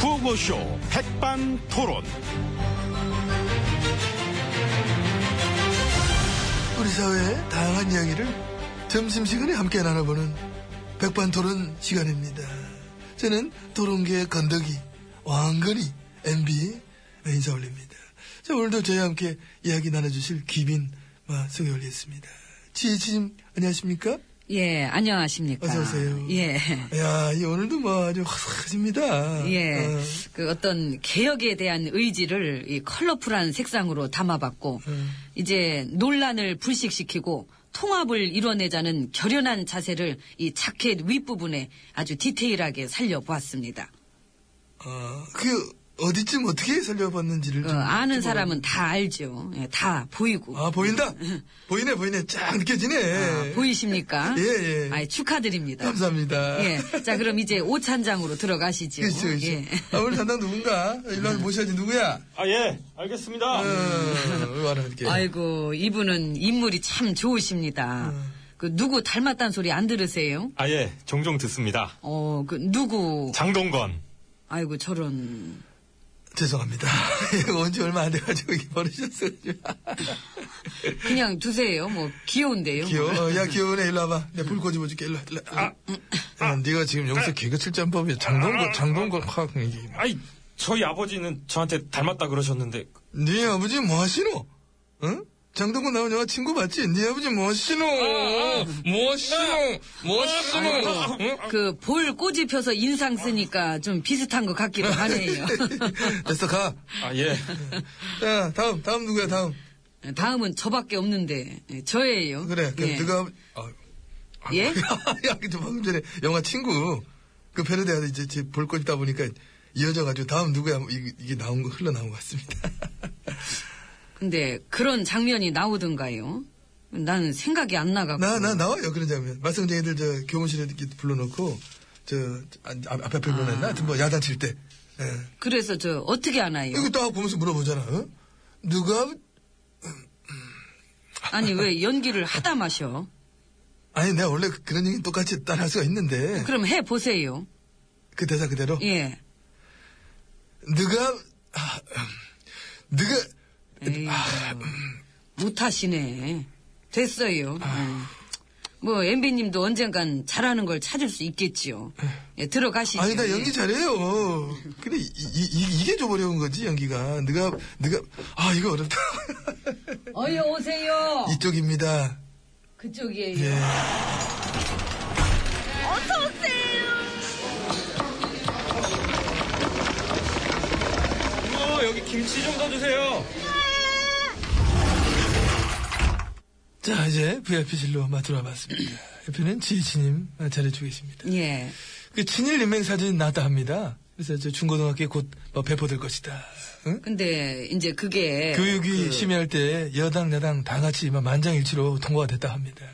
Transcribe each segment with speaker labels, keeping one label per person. Speaker 1: 라디오쇼 백반토론.
Speaker 2: 우리 사회의 다양한 이야기를 점심시간에 함께 나눠보는 백반토론 시간입니다. 저는 토론계의 건더기 왕건이 MB 인사 올립니다. 자, 오늘도 저희와 함께 이야기 나눠주실 귀빈 마, 소개 올리겠습니다. 지혜치님 안녕하십니까?
Speaker 3: 예, 안녕하십니까.
Speaker 2: 어서오세요.
Speaker 3: 예.
Speaker 2: 야, 이 오늘도 뭐 아주 화사하십니다.
Speaker 3: 예,
Speaker 2: 어,
Speaker 3: 그 어떤 개혁에 대한 의지를 이 컬러풀한 색상으로 담아봤고,
Speaker 2: 음.
Speaker 3: 이제 논란을 불식시키고 통합을 이뤄내자는 결연한 자세를 이 자켓 윗부분에 아주 디테일하게 살려보았습니다.
Speaker 2: 어, 그, 어디쯤 어떻게 살려봤는지를
Speaker 3: 어,
Speaker 2: 좀
Speaker 3: 아는
Speaker 2: 좀
Speaker 3: 사람은 다 알죠. 예, 다 보이고.
Speaker 2: 아, 보인다? 보이네, 보이네. 쫙 느껴지네.
Speaker 3: 아, 보이십니까?
Speaker 2: 예, 예.
Speaker 3: 아이, 축하드립니다.
Speaker 2: 감사합니다.
Speaker 3: 예. 자, 그럼 이제 오찬장으로 들어가시죠.
Speaker 2: 그렇죠, 그렇죠.
Speaker 3: 예.
Speaker 2: 아, 오늘 담당 누군가? 일로 와서 모셔야지 누구야?
Speaker 1: 아, 예, 알겠습니다.
Speaker 2: 어, 와라, 이렇게.
Speaker 3: 아이고 이분은 인물이 참 좋으십니다.
Speaker 2: 음.
Speaker 3: 그 누구 닮았다는 소리 안 들으세요?
Speaker 1: 아, 예, 종종 듣습니다.
Speaker 3: 어, 그 누구?
Speaker 1: 장동건.
Speaker 3: 아이고 저런.
Speaker 2: 죄송합니다. 예, 온지 얼마 안 돼가지고 이게 버리셨어요.
Speaker 3: 그냥 두세요. 뭐 귀여운데요.
Speaker 2: 귀여워. 야, 귀여우네. 일로 와봐. 내가 불 꼬집어줄게. 일로 와. 일로 와.
Speaker 3: 아,
Speaker 2: 야, 네가 지금 여기서 개그 칠짬법이야. 장동건, 장동건 확. 이게.
Speaker 1: 아이, 저희 아버지는 저한테 닮았다 그러셨는데,
Speaker 2: 네 아버지 뭐 하시노? 응? 장동건 나온 영화 친구 맞지? 네 아버지 뭐 하시노?
Speaker 4: 어,
Speaker 2: 뭐 하시노? 뭐 하시노? 응?
Speaker 3: 그 볼 꼬집혀서 인상 쓰니까 좀 비슷한 것 같기도 하네요.
Speaker 2: 됐어, 가.
Speaker 1: 아, 예.
Speaker 2: 야, 다음, 다음 누구야, 다음.
Speaker 3: 다음은 저밖에 없는데 예, 저예요.
Speaker 2: 그래, 그럼
Speaker 3: 예.
Speaker 2: 네가. 아,
Speaker 3: 예?
Speaker 2: 야, 저 방금 전에 영화 친구 그 페르데아도 이제 제 볼거 있다 보니까 이어져가지고 다음 누구야 뭐 이게, 이게 나온 거 흘러나온 것 같습니다.
Speaker 3: 근데 그런 장면이 나오던가요? 난 생각이 안 나가고.
Speaker 2: 나 나 나와요 그런 장면. 말썽쟁이들 저 교무실에 이렇게 불러놓고 저 아, 앞, 앞에 불러냈나? 하여튼 뭐 야단 칠 때. 예.
Speaker 3: 그래서 저 어떻게 하나요?
Speaker 2: 이거 딱 보면서 물어보잖아. 어? 누가
Speaker 3: 아니 왜 연기를 하다 마셔?
Speaker 2: 아니 내가 원래 그런 얘기 똑같이 따라할 수가 있는데
Speaker 3: 그럼 해 보세요.
Speaker 2: 그 대사 그대로
Speaker 3: 예.
Speaker 2: 누가 아, 음, 누가
Speaker 3: 에이,
Speaker 2: 아, 음.
Speaker 3: 못하시네. 음. 됐어요.
Speaker 2: 아.
Speaker 3: 예. 뭐 엠비님도 언젠간 잘하는 걸 찾을 수 있겠지요. 예, 들어가시죠.
Speaker 2: 아니 나
Speaker 3: 예.
Speaker 2: 연기 잘해요. 근데 이, 게좀 어려운 거지 연기가. 네가 네가 아 이거 어렵다.
Speaker 3: 어여 오세요.
Speaker 2: 이쪽입니다.
Speaker 3: 그쪽이에요.
Speaker 2: 예.
Speaker 1: 어, 여기 김치 좀 더 주세요.
Speaker 2: 자 이제 VIP실로 들어와봤습니다. 옆에는 지희치님 잘해주고 계십니다.
Speaker 3: 예.
Speaker 2: 그 친일 인맹 사진 나왔다 합니다. 그래서 저 중고등학교에 곧 뭐 배포될 것이다. 응?
Speaker 3: 근데 이제 네, 그게
Speaker 2: 교육위 심의할 때 여당 여당 다 같이 막 만장일치로 통과가 됐다 합니다.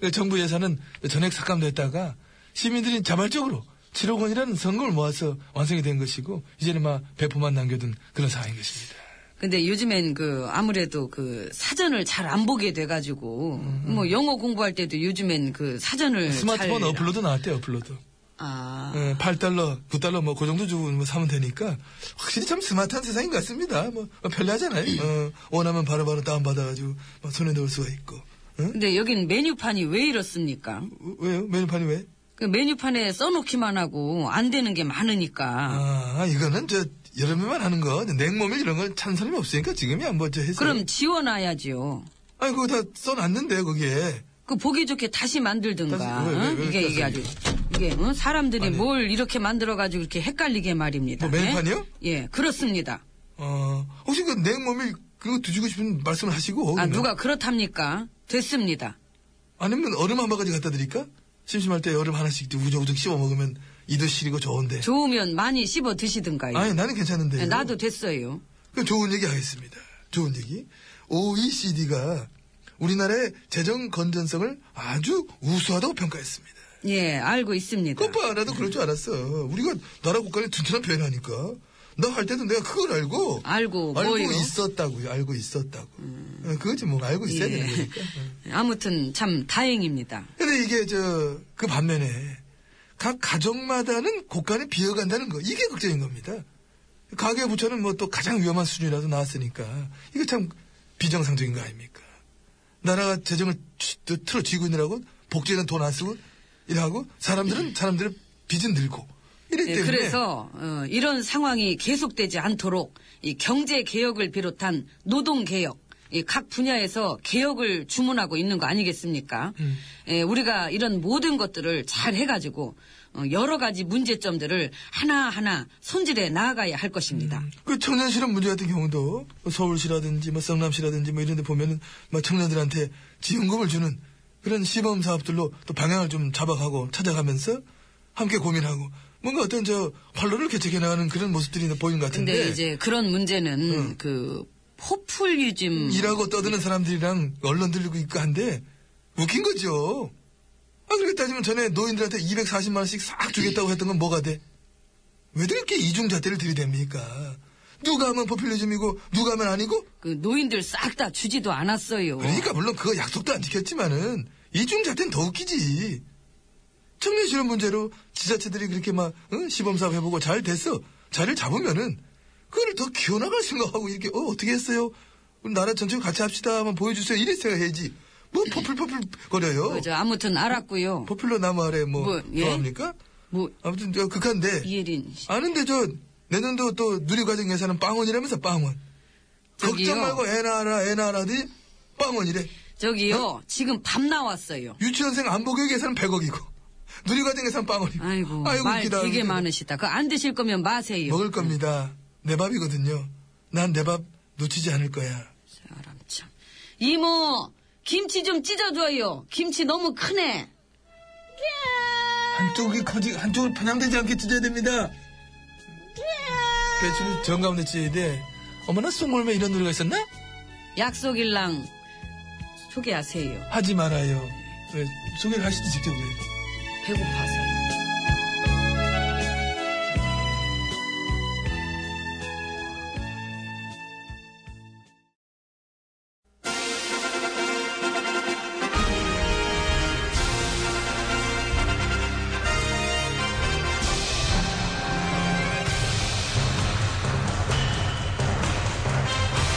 Speaker 2: 그 정부 예산은 전액 삭감됐다가 시민들이 자발적으로 7억 원이라는 성금을 모아서 완성이 된 것이고 이제는 막 배포만 남겨둔 그런 상황인 것입니다.
Speaker 3: 근데 요즘엔 그 아무래도 그 사전을 잘 안 보게 돼 가지고 뭐 영어 공부할 때도 요즘엔 그 사전을
Speaker 2: 음. 스마트폰
Speaker 3: 잘...
Speaker 2: 어플로도 나왔대요, 어플로도.
Speaker 3: 아.
Speaker 2: 예, 8달러, 9달러 뭐 그 정도 주고 뭐 사면 되니까 확실히 참 스마트한 세상인 것 같습니다. 뭐 편리하잖아요. 어, 원하면 바로바로 다운받아가지고 막 손에 넣을 수가 있고. 응?
Speaker 3: 근데 여긴 메뉴판이 왜 이렇습니까?
Speaker 2: 왜요? 메뉴판이 왜?
Speaker 3: 그 메뉴판에 써놓기만 하고 안 되는 게 많으니까.
Speaker 2: 아, 이거는 저 여름에만 하는 거, 냉모밀 이런 건 찬사람이 없으니까 지금이야 뭐저 해서.
Speaker 3: 그럼 지워놔야지요.
Speaker 2: 아니 그거 다 써놨는데 거기에.
Speaker 3: 그 보기 좋게 다시 만들든가.
Speaker 2: 다시- 왜, 왜,
Speaker 3: 응?
Speaker 2: 왜
Speaker 3: 이게 이게 아주 이게 응? 사람들이
Speaker 2: 아니. 네.
Speaker 3: 뭘 이렇게 만들어 가지고 이렇게 헷갈리게 말입니다.
Speaker 2: 뭐 메뉴판이요?
Speaker 3: 예, 예, 그렇습니다.
Speaker 2: 어, 혹시 그 냉모밀 그거 드시고 싶은 말씀을 하시고.
Speaker 3: 아
Speaker 2: 그러면.
Speaker 3: 누가 그렇답니까? 됐습니다.
Speaker 2: 아니면 얼음 한 바가지 갖다 드릴까? 심심할 때 얼음 하나씩 우정우정 씹어 먹으면 이도 시리고 좋은데.
Speaker 3: 좋으면 많이 씹어 드시든가요.
Speaker 2: 아니 네. 나는 괜찮은데.
Speaker 3: 예, 나도 됐어요.
Speaker 2: 그럼 좋은 얘기 하겠습니다. 좋은 얘기. OECD가 우리나라의 재정 건전성을 아주 우수하다고 평가했습니다.
Speaker 3: 예, 알고 있습니다.
Speaker 2: 그것봐 나도 그럴 줄 알았어. 우리가 나라 국가를 튼튼한 표현하니까. 나 할 때도 내가 그걸 알고.
Speaker 3: 알고 뭐요? 음.
Speaker 2: 있었다고요. 알고 있었다고. 어, 그거지 뭐 알고 있어야 되는
Speaker 3: 예.
Speaker 2: 거니까.
Speaker 3: 아무튼 참 다행입니다.
Speaker 2: 근데 이게 저 그 반면에 각 가정마다는 곳간이 비어간다는 거 이게 걱정인 겁니다. 가계 부채는 뭐 또 가장 위험한 수준이라도 나왔으니까 이게 참 비정상적인 거 아닙니까? 나라가 재정을 쥐- 또 틀어쥐고 있느라고 복지에는 돈 안 쓰고 일하고 사람들은 사람들의 빚은 늘고 이랬기
Speaker 3: 예,
Speaker 2: 때문에
Speaker 3: 그래서 어, 이런 상황이 계속되지 않도록 이 경제 개혁을 비롯한 노동 개혁 이 각 분야에서 개혁을 주문하고 있는 거 아니겠습니까?
Speaker 2: 음.
Speaker 3: 예, 우리가 이런 모든 것들을 잘 해가지고 어, 여러 가지 문제점들을 하나 하나 손질해 나아가야 할 것입니다.
Speaker 2: 그 청년 실업 문제 같은 경우도 뭐 서울시라든지 뭐 성남시라든지 뭐 이런 데 보면은 막 청년들한테 지원금을 주는 그런 시범 사업들로 또 방향을 좀 잡아가고 찾아가면서 함께 고민하고 뭔가 어떤 저 활로를 개척해 나가는 그런 모습들이 보이는 것 같은데
Speaker 3: 근데 이제 그런 문제는
Speaker 2: 음.
Speaker 3: 그 포퓰리즘
Speaker 2: 일하고 떠드는 사람들이랑 언론들이고 있고 한데 웃긴 거죠. 아 그렇게 따지면 전에 노인들한테 240만 원씩 싹 주겠다고 했던 건 뭐가 돼? 왜들 이렇게 이중잣대를 들이댑니까? 누가 하면 포퓰리즘이고 누가 하면 아니고
Speaker 3: 그 노인들 싹 다 주지도 않았어요.
Speaker 2: 그러니까 물론 그거 약속도 안 지켰지만은 이중잣대는 더 웃기지. 청년 실업 문제로 지자체들이 그렇게 막 응? 시범사업 해보고 잘 됐어 자리를 잡으면은 그걸 더 키워나갈 생각하고 이렇게 어 어떻게 했어요? 우리 나라 전체 같이 합시다 한번 보여주세요 이래 생각해야지 뭐 퍼플퍼플 거려요
Speaker 3: 그 저 아무튼 알았고요.
Speaker 2: 퍼플로 나무 아래 뭐
Speaker 3: 뭐, 예?
Speaker 2: 뭐합니까?
Speaker 3: 뭐
Speaker 2: 아무튼 저 극한데
Speaker 3: 이혜린 씨.
Speaker 2: 아는데 저 내년도 또 누리과정 예산은 빵원이라면서 빵원
Speaker 3: 저기요.
Speaker 2: 걱정 말고 애 낳아라 애 낳아라니 빵원이래
Speaker 3: 저기요, 지금 밤 나왔어요.
Speaker 2: 유치원생 안보교육 예산은 100억이고 누리과정 예산 빵원이고
Speaker 3: 아이고, 말
Speaker 2: 웃기다,
Speaker 3: 되게
Speaker 2: 웃기다.
Speaker 3: 많으시다. 그 안 드실 거면 마세요.
Speaker 4: 뭐?
Speaker 2: 먹을 겁니다 내 밥이거든요 난 내 밥 놓치지 않을 거야
Speaker 3: 사람 참. 이모, 김치 좀 찢어줘요. 김치 너무 크네.
Speaker 2: 한쪽이 커지 한쪽을 편향되지 않게 찢어야 됩니다 배추는 정가운데 찢어야 돼 어머나 송골매 이런 노래가 있었나?
Speaker 3: 약속일랑 소개하세요.
Speaker 2: 하지 말아요 왜, 소개를 하시지 직접 왜
Speaker 3: 배고파서.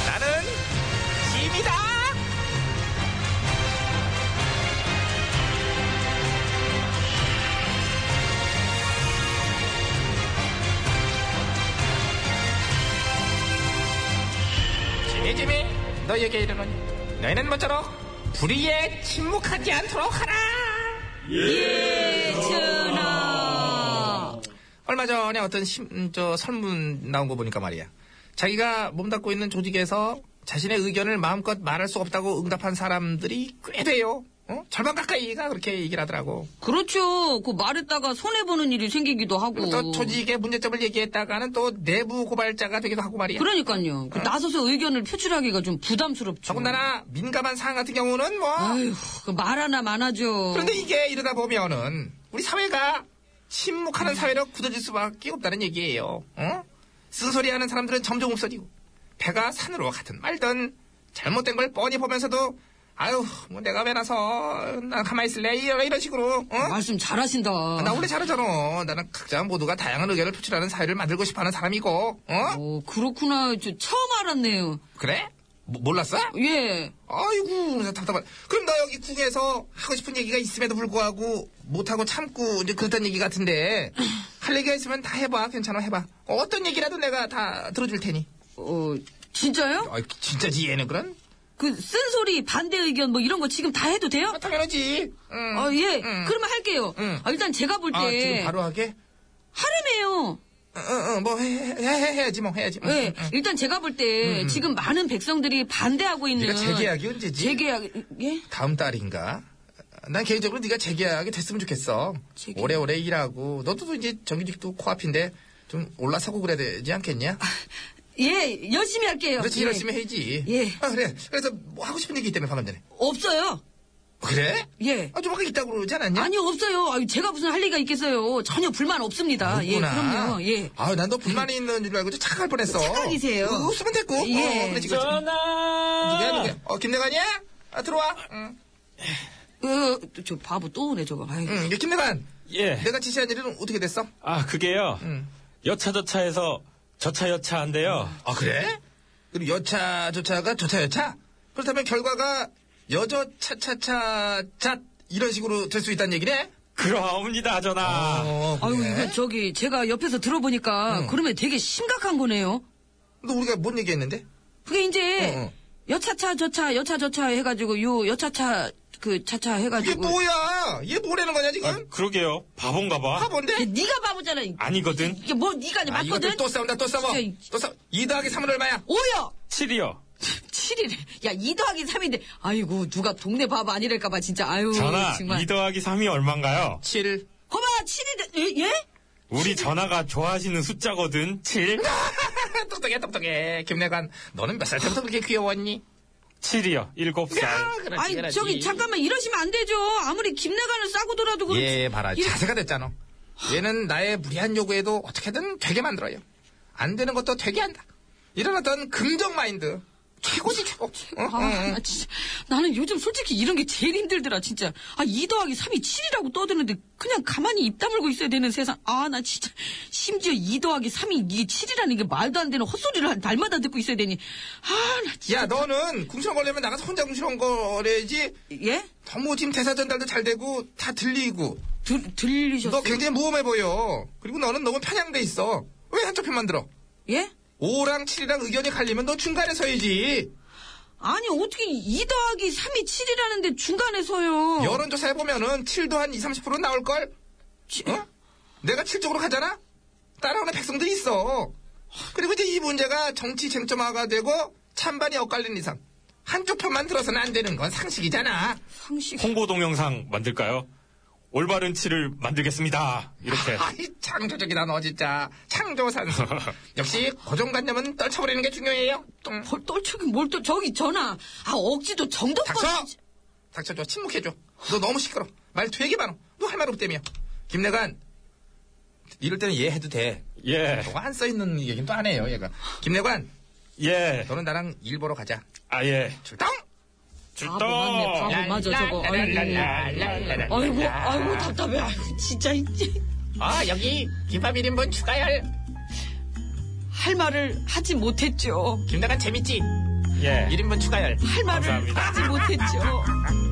Speaker 4: 나는 짐이다. 짐이 짐이 너희에게 이르노니 너희는 먼저로 불의에 침묵하지 않도록 하라.
Speaker 3: 예천아.
Speaker 4: 얼마 전에 어떤 심, 음, 저 설문 나온 거 보니까 말이야. 자기가 몸담고 있는 조직에서 자신의 의견을 마음껏 말할 수 없다고 응답한 사람들이 꽤 돼요. 어? 절반 가까이가 그렇게 얘기를 하더라고.
Speaker 3: 그렇죠. 그 말했다가 손해보는 일이 생기기도 하고.
Speaker 4: 그리고 또 조직의 문제점을 얘기했다가는 또 내부 고발자가 되기도 하고 말이야.
Speaker 3: 그러니까요. 그 나서서 의견을 표출하기가 좀 부담스럽죠.
Speaker 4: 더군다나 민감한 사안 같은 경우는 뭐.
Speaker 3: 아휴, 그 말 하나 많아죠.
Speaker 4: 그런데 이게 이러다 보면은 우리 사회가 침묵하는 사회로 굳어질 수밖에 없다는 얘기예요. 어? 쓴소리하는 사람들은 점점 없어지고 배가 산으로 가든 말든 잘못된 걸 뻔히 보면서도 아유 뭐 내가 왜 나서 난 가만히 있을래 이런 이런 식으로 어?
Speaker 3: 말씀 잘하신다.
Speaker 4: 나 원래 잘하잖아. 나는 각자 모두가 다양한 의견을 표출하는 사회를 만들고 싶어하는 사람이고, 어?
Speaker 3: 오, 그렇구나. 저 처음 알았네요.
Speaker 4: 그래? 모- 몰랐어?
Speaker 3: 예.
Speaker 4: 아이고 나 답답하네. 그럼 너 여기 궁에서 하고 싶은 얘기가 있음에도 불구하고 못하고 참고 이제 그렇단 얘기 같은데 할 얘기가 있으면 다 해봐 괜찮아 해봐 어떤 얘기라도 내가 다 들어줄 테니
Speaker 3: 어, 진짜요?
Speaker 4: 아 진짜지 얘는 그런?
Speaker 3: 그 쓴소리, 반대 의견 뭐 이런 거 지금 다 해도 돼요?
Speaker 4: 아, 당연하지 응.
Speaker 3: 아, 예.
Speaker 4: 응.
Speaker 3: 그러면 할게요.
Speaker 4: 응.
Speaker 3: 아, 일단 제가 볼 때
Speaker 4: 음. 아 지금 바로 하게?
Speaker 3: 하렘이에요.
Speaker 4: 응응뭐 해야지 뭐 해야지 응,
Speaker 3: 예.
Speaker 4: 응, 응.
Speaker 3: 일단 제가 볼 때 지금 많은 백성들이 반대하고 있는
Speaker 4: 네가 음, 재계약이 언제지?
Speaker 3: 음. 재계약 예?
Speaker 4: 다음 달인가? 난 개인적으로 네가 재계약이 됐으면 좋겠어
Speaker 3: 재계약.
Speaker 4: 오래오래 일하고 너도 이제 정규직도 코앞인데 좀 올라서고 그래야 되지 않겠냐?
Speaker 3: 예, 열심히 할게요.
Speaker 4: 그렇지
Speaker 3: 예.
Speaker 4: 열심히 해야지.
Speaker 3: 예.
Speaker 4: 아 그래. 그래서 뭐 하고 싶은 얘기 때문에 방금 전에.
Speaker 3: 없어요.
Speaker 4: 그래?
Speaker 3: 예.
Speaker 4: 아좀 아까 있다고 그러지 않았냐?
Speaker 3: 아니 없어요. 아유, 제가 무슨 할 얘기가 있겠어요. 전혀 불만 없습니다. 예,
Speaker 4: 없구나.
Speaker 3: 그럼요. 예.
Speaker 4: 아유 난너 불만이 있는 줄 알고 좀 착할 뻔했어.
Speaker 3: 착각이세요.
Speaker 4: 어, 없으면 됐고.
Speaker 3: 예.
Speaker 4: 어, 그렇지 그렇지. 누구야
Speaker 1: 전화!
Speaker 4: 누구야? 어 김대관이야? 아 들어와. 응.
Speaker 3: 어, 저 바보 또 오네 저거. 아유.
Speaker 4: 응. 이게 김대관.
Speaker 1: 예.
Speaker 4: 내가 지시한 일은 어떻게 됐어?
Speaker 1: 아, 그게요.
Speaker 4: 응.
Speaker 1: 여차저차해서 저차여차한데요.
Speaker 4: 아 그래? 그럼 여차 저차가 저차 여차? 그렇다면 결과가 여저 차차차 잣 이런 식으로 될 수 있다는 얘기네?
Speaker 1: 그러옵니다, 전하.
Speaker 4: 어,
Speaker 3: 아유,
Speaker 4: 그래?
Speaker 3: 이거 저기 제가 옆에서 들어보니까
Speaker 4: 음.
Speaker 3: 그러면 되게 심각한 거네요.
Speaker 4: 근데 우리가 뭔 얘기했는데?
Speaker 3: 그게 이제
Speaker 4: 어, 어.
Speaker 3: 여차차 저차 여차 저차 해가지고 요 여차차 그 차차
Speaker 4: 이게
Speaker 3: 해가지고
Speaker 4: 뭐야? 얘 뭐라는 거냐 지금?
Speaker 1: 아, 그러게요. 바본가 봐.
Speaker 4: 다 뭔데?
Speaker 3: 야, 네가 바보잖아. 이-
Speaker 1: 아니거든.
Speaker 3: 이게 뭐 네가 아니
Speaker 4: 아,
Speaker 3: 맞거든.
Speaker 4: 이것도 또 싸운다 또 싸워
Speaker 3: 진짜 이-
Speaker 4: 또 싸워 2 더하기 3은 얼마야?
Speaker 3: 오야.
Speaker 1: 7이요.
Speaker 3: 7이래. 야, 2 더하기 3인데, 아이고, 누가 동네 바보 아니랄까봐, 진짜, 아유,
Speaker 4: 음,
Speaker 1: 전하,
Speaker 3: 정말.
Speaker 1: 2 더하기 3이 얼만가요?
Speaker 4: 7
Speaker 3: 거봐, 7이래, 예?
Speaker 1: 우리 전하가 좋아하시는 숫자거든. 7?
Speaker 4: 똑똑해 똑똑해 김내관 너는 몇 살 때부터 그렇게 귀여웠니?
Speaker 1: 7이요. 7살.
Speaker 4: 그렇지,
Speaker 3: 아니,
Speaker 4: 그렇지.
Speaker 3: 저기, 잠깐만, 이러시면 안 되죠. 아무리 김내관을 싸고 돌아도 그렇지.
Speaker 4: 예, 봐라.
Speaker 3: 이래-
Speaker 4: 자세가 됐잖아. 얘는 나의 무리한 요구에도 어떻게든 되게 만들어요. 안 되는 것도 되게 한다. 이런 어떤 긍정 마인드. 최고지, 최고. 어? 응,
Speaker 3: 아,
Speaker 4: 응, 응.
Speaker 3: 나 진짜. 나는 요즘 솔직히 이런 게 제일 힘들더라, 진짜. 아, 2 더하기 3이 7이라고 떠드는데, 그냥 가만히 입 다물고 있어야 되는 세상. 아, 나 진짜. 심지어 2 더하기 3이 이게 7이라는 게 말도 안 되는 헛소리를 한 날마다 듣고 있어야 되니. 아, 나 진짜.
Speaker 4: 야, 너는 궁시렁거리면 나가서 혼자 궁시렁거려야지.
Speaker 3: 예?
Speaker 4: 너무 지금 대사 전달도 잘 되고, 다 들리고.
Speaker 3: 들, 들리셨어요?
Speaker 4: 너 그- 굉장히 무험해 보여. 그리고 너는 너무 편향돼 있어. 왜 한쪽 편만 들어?
Speaker 3: 예?
Speaker 4: 5랑 7이랑 의견이 갈리면 너 중간에 서야지.
Speaker 3: 아니 어떻게 2 더하기 3이 7이라는데 중간에 서요
Speaker 4: 여론조사 해보면은 7도 한 20, 30% 나올걸? 어? 내가 7쪽으로 가잖아? 따라오는 백성들이 있어. 그리고 이제 이 문제가 정치 쟁점화가 되고 찬반이 엇갈린 이상 한쪽 편만 들어서는 안 되는 건 상식이잖아.
Speaker 3: 상식
Speaker 1: 홍보 동영상 만들까요? 올바른 7을 만들겠습니다. 이렇게.
Speaker 4: 아이 창조적이다 너 진짜 창조산수. 역시 고정관념은 떨쳐버리는 게 중요해요. 똥.
Speaker 3: 뭘 떨쳐기 뭘또 저기 전화 아 억지도 정도껏
Speaker 4: 닥쳐! 닥쳐줘 침묵해줘. 너 너무 시끄러. 말 되게 많아. 너 할 말 없다며. 김내관 이럴 때는 얘 해도 돼.
Speaker 1: 예.
Speaker 4: 너가 안 써있는 얘기는 또 안 해요 얘가. 김내관
Speaker 1: 예.
Speaker 4: 너는 나랑 일 보러 가자.
Speaker 1: 아, 예.
Speaker 4: 출동!
Speaker 1: 출동!
Speaker 3: 바보 어, 맞네, 바보. 맞아, 저거. 아이고. 아이고 아이고 답답해 아이고, 진짜 이제
Speaker 4: 아, 여기 김밥 1인분 추가열.
Speaker 3: 할 말을 하지 못했죠
Speaker 4: 김나간 재밌지?
Speaker 1: 예.
Speaker 4: 1인분 추가열.
Speaker 3: 할 말을
Speaker 1: 감사합니다.
Speaker 3: 하지 못했죠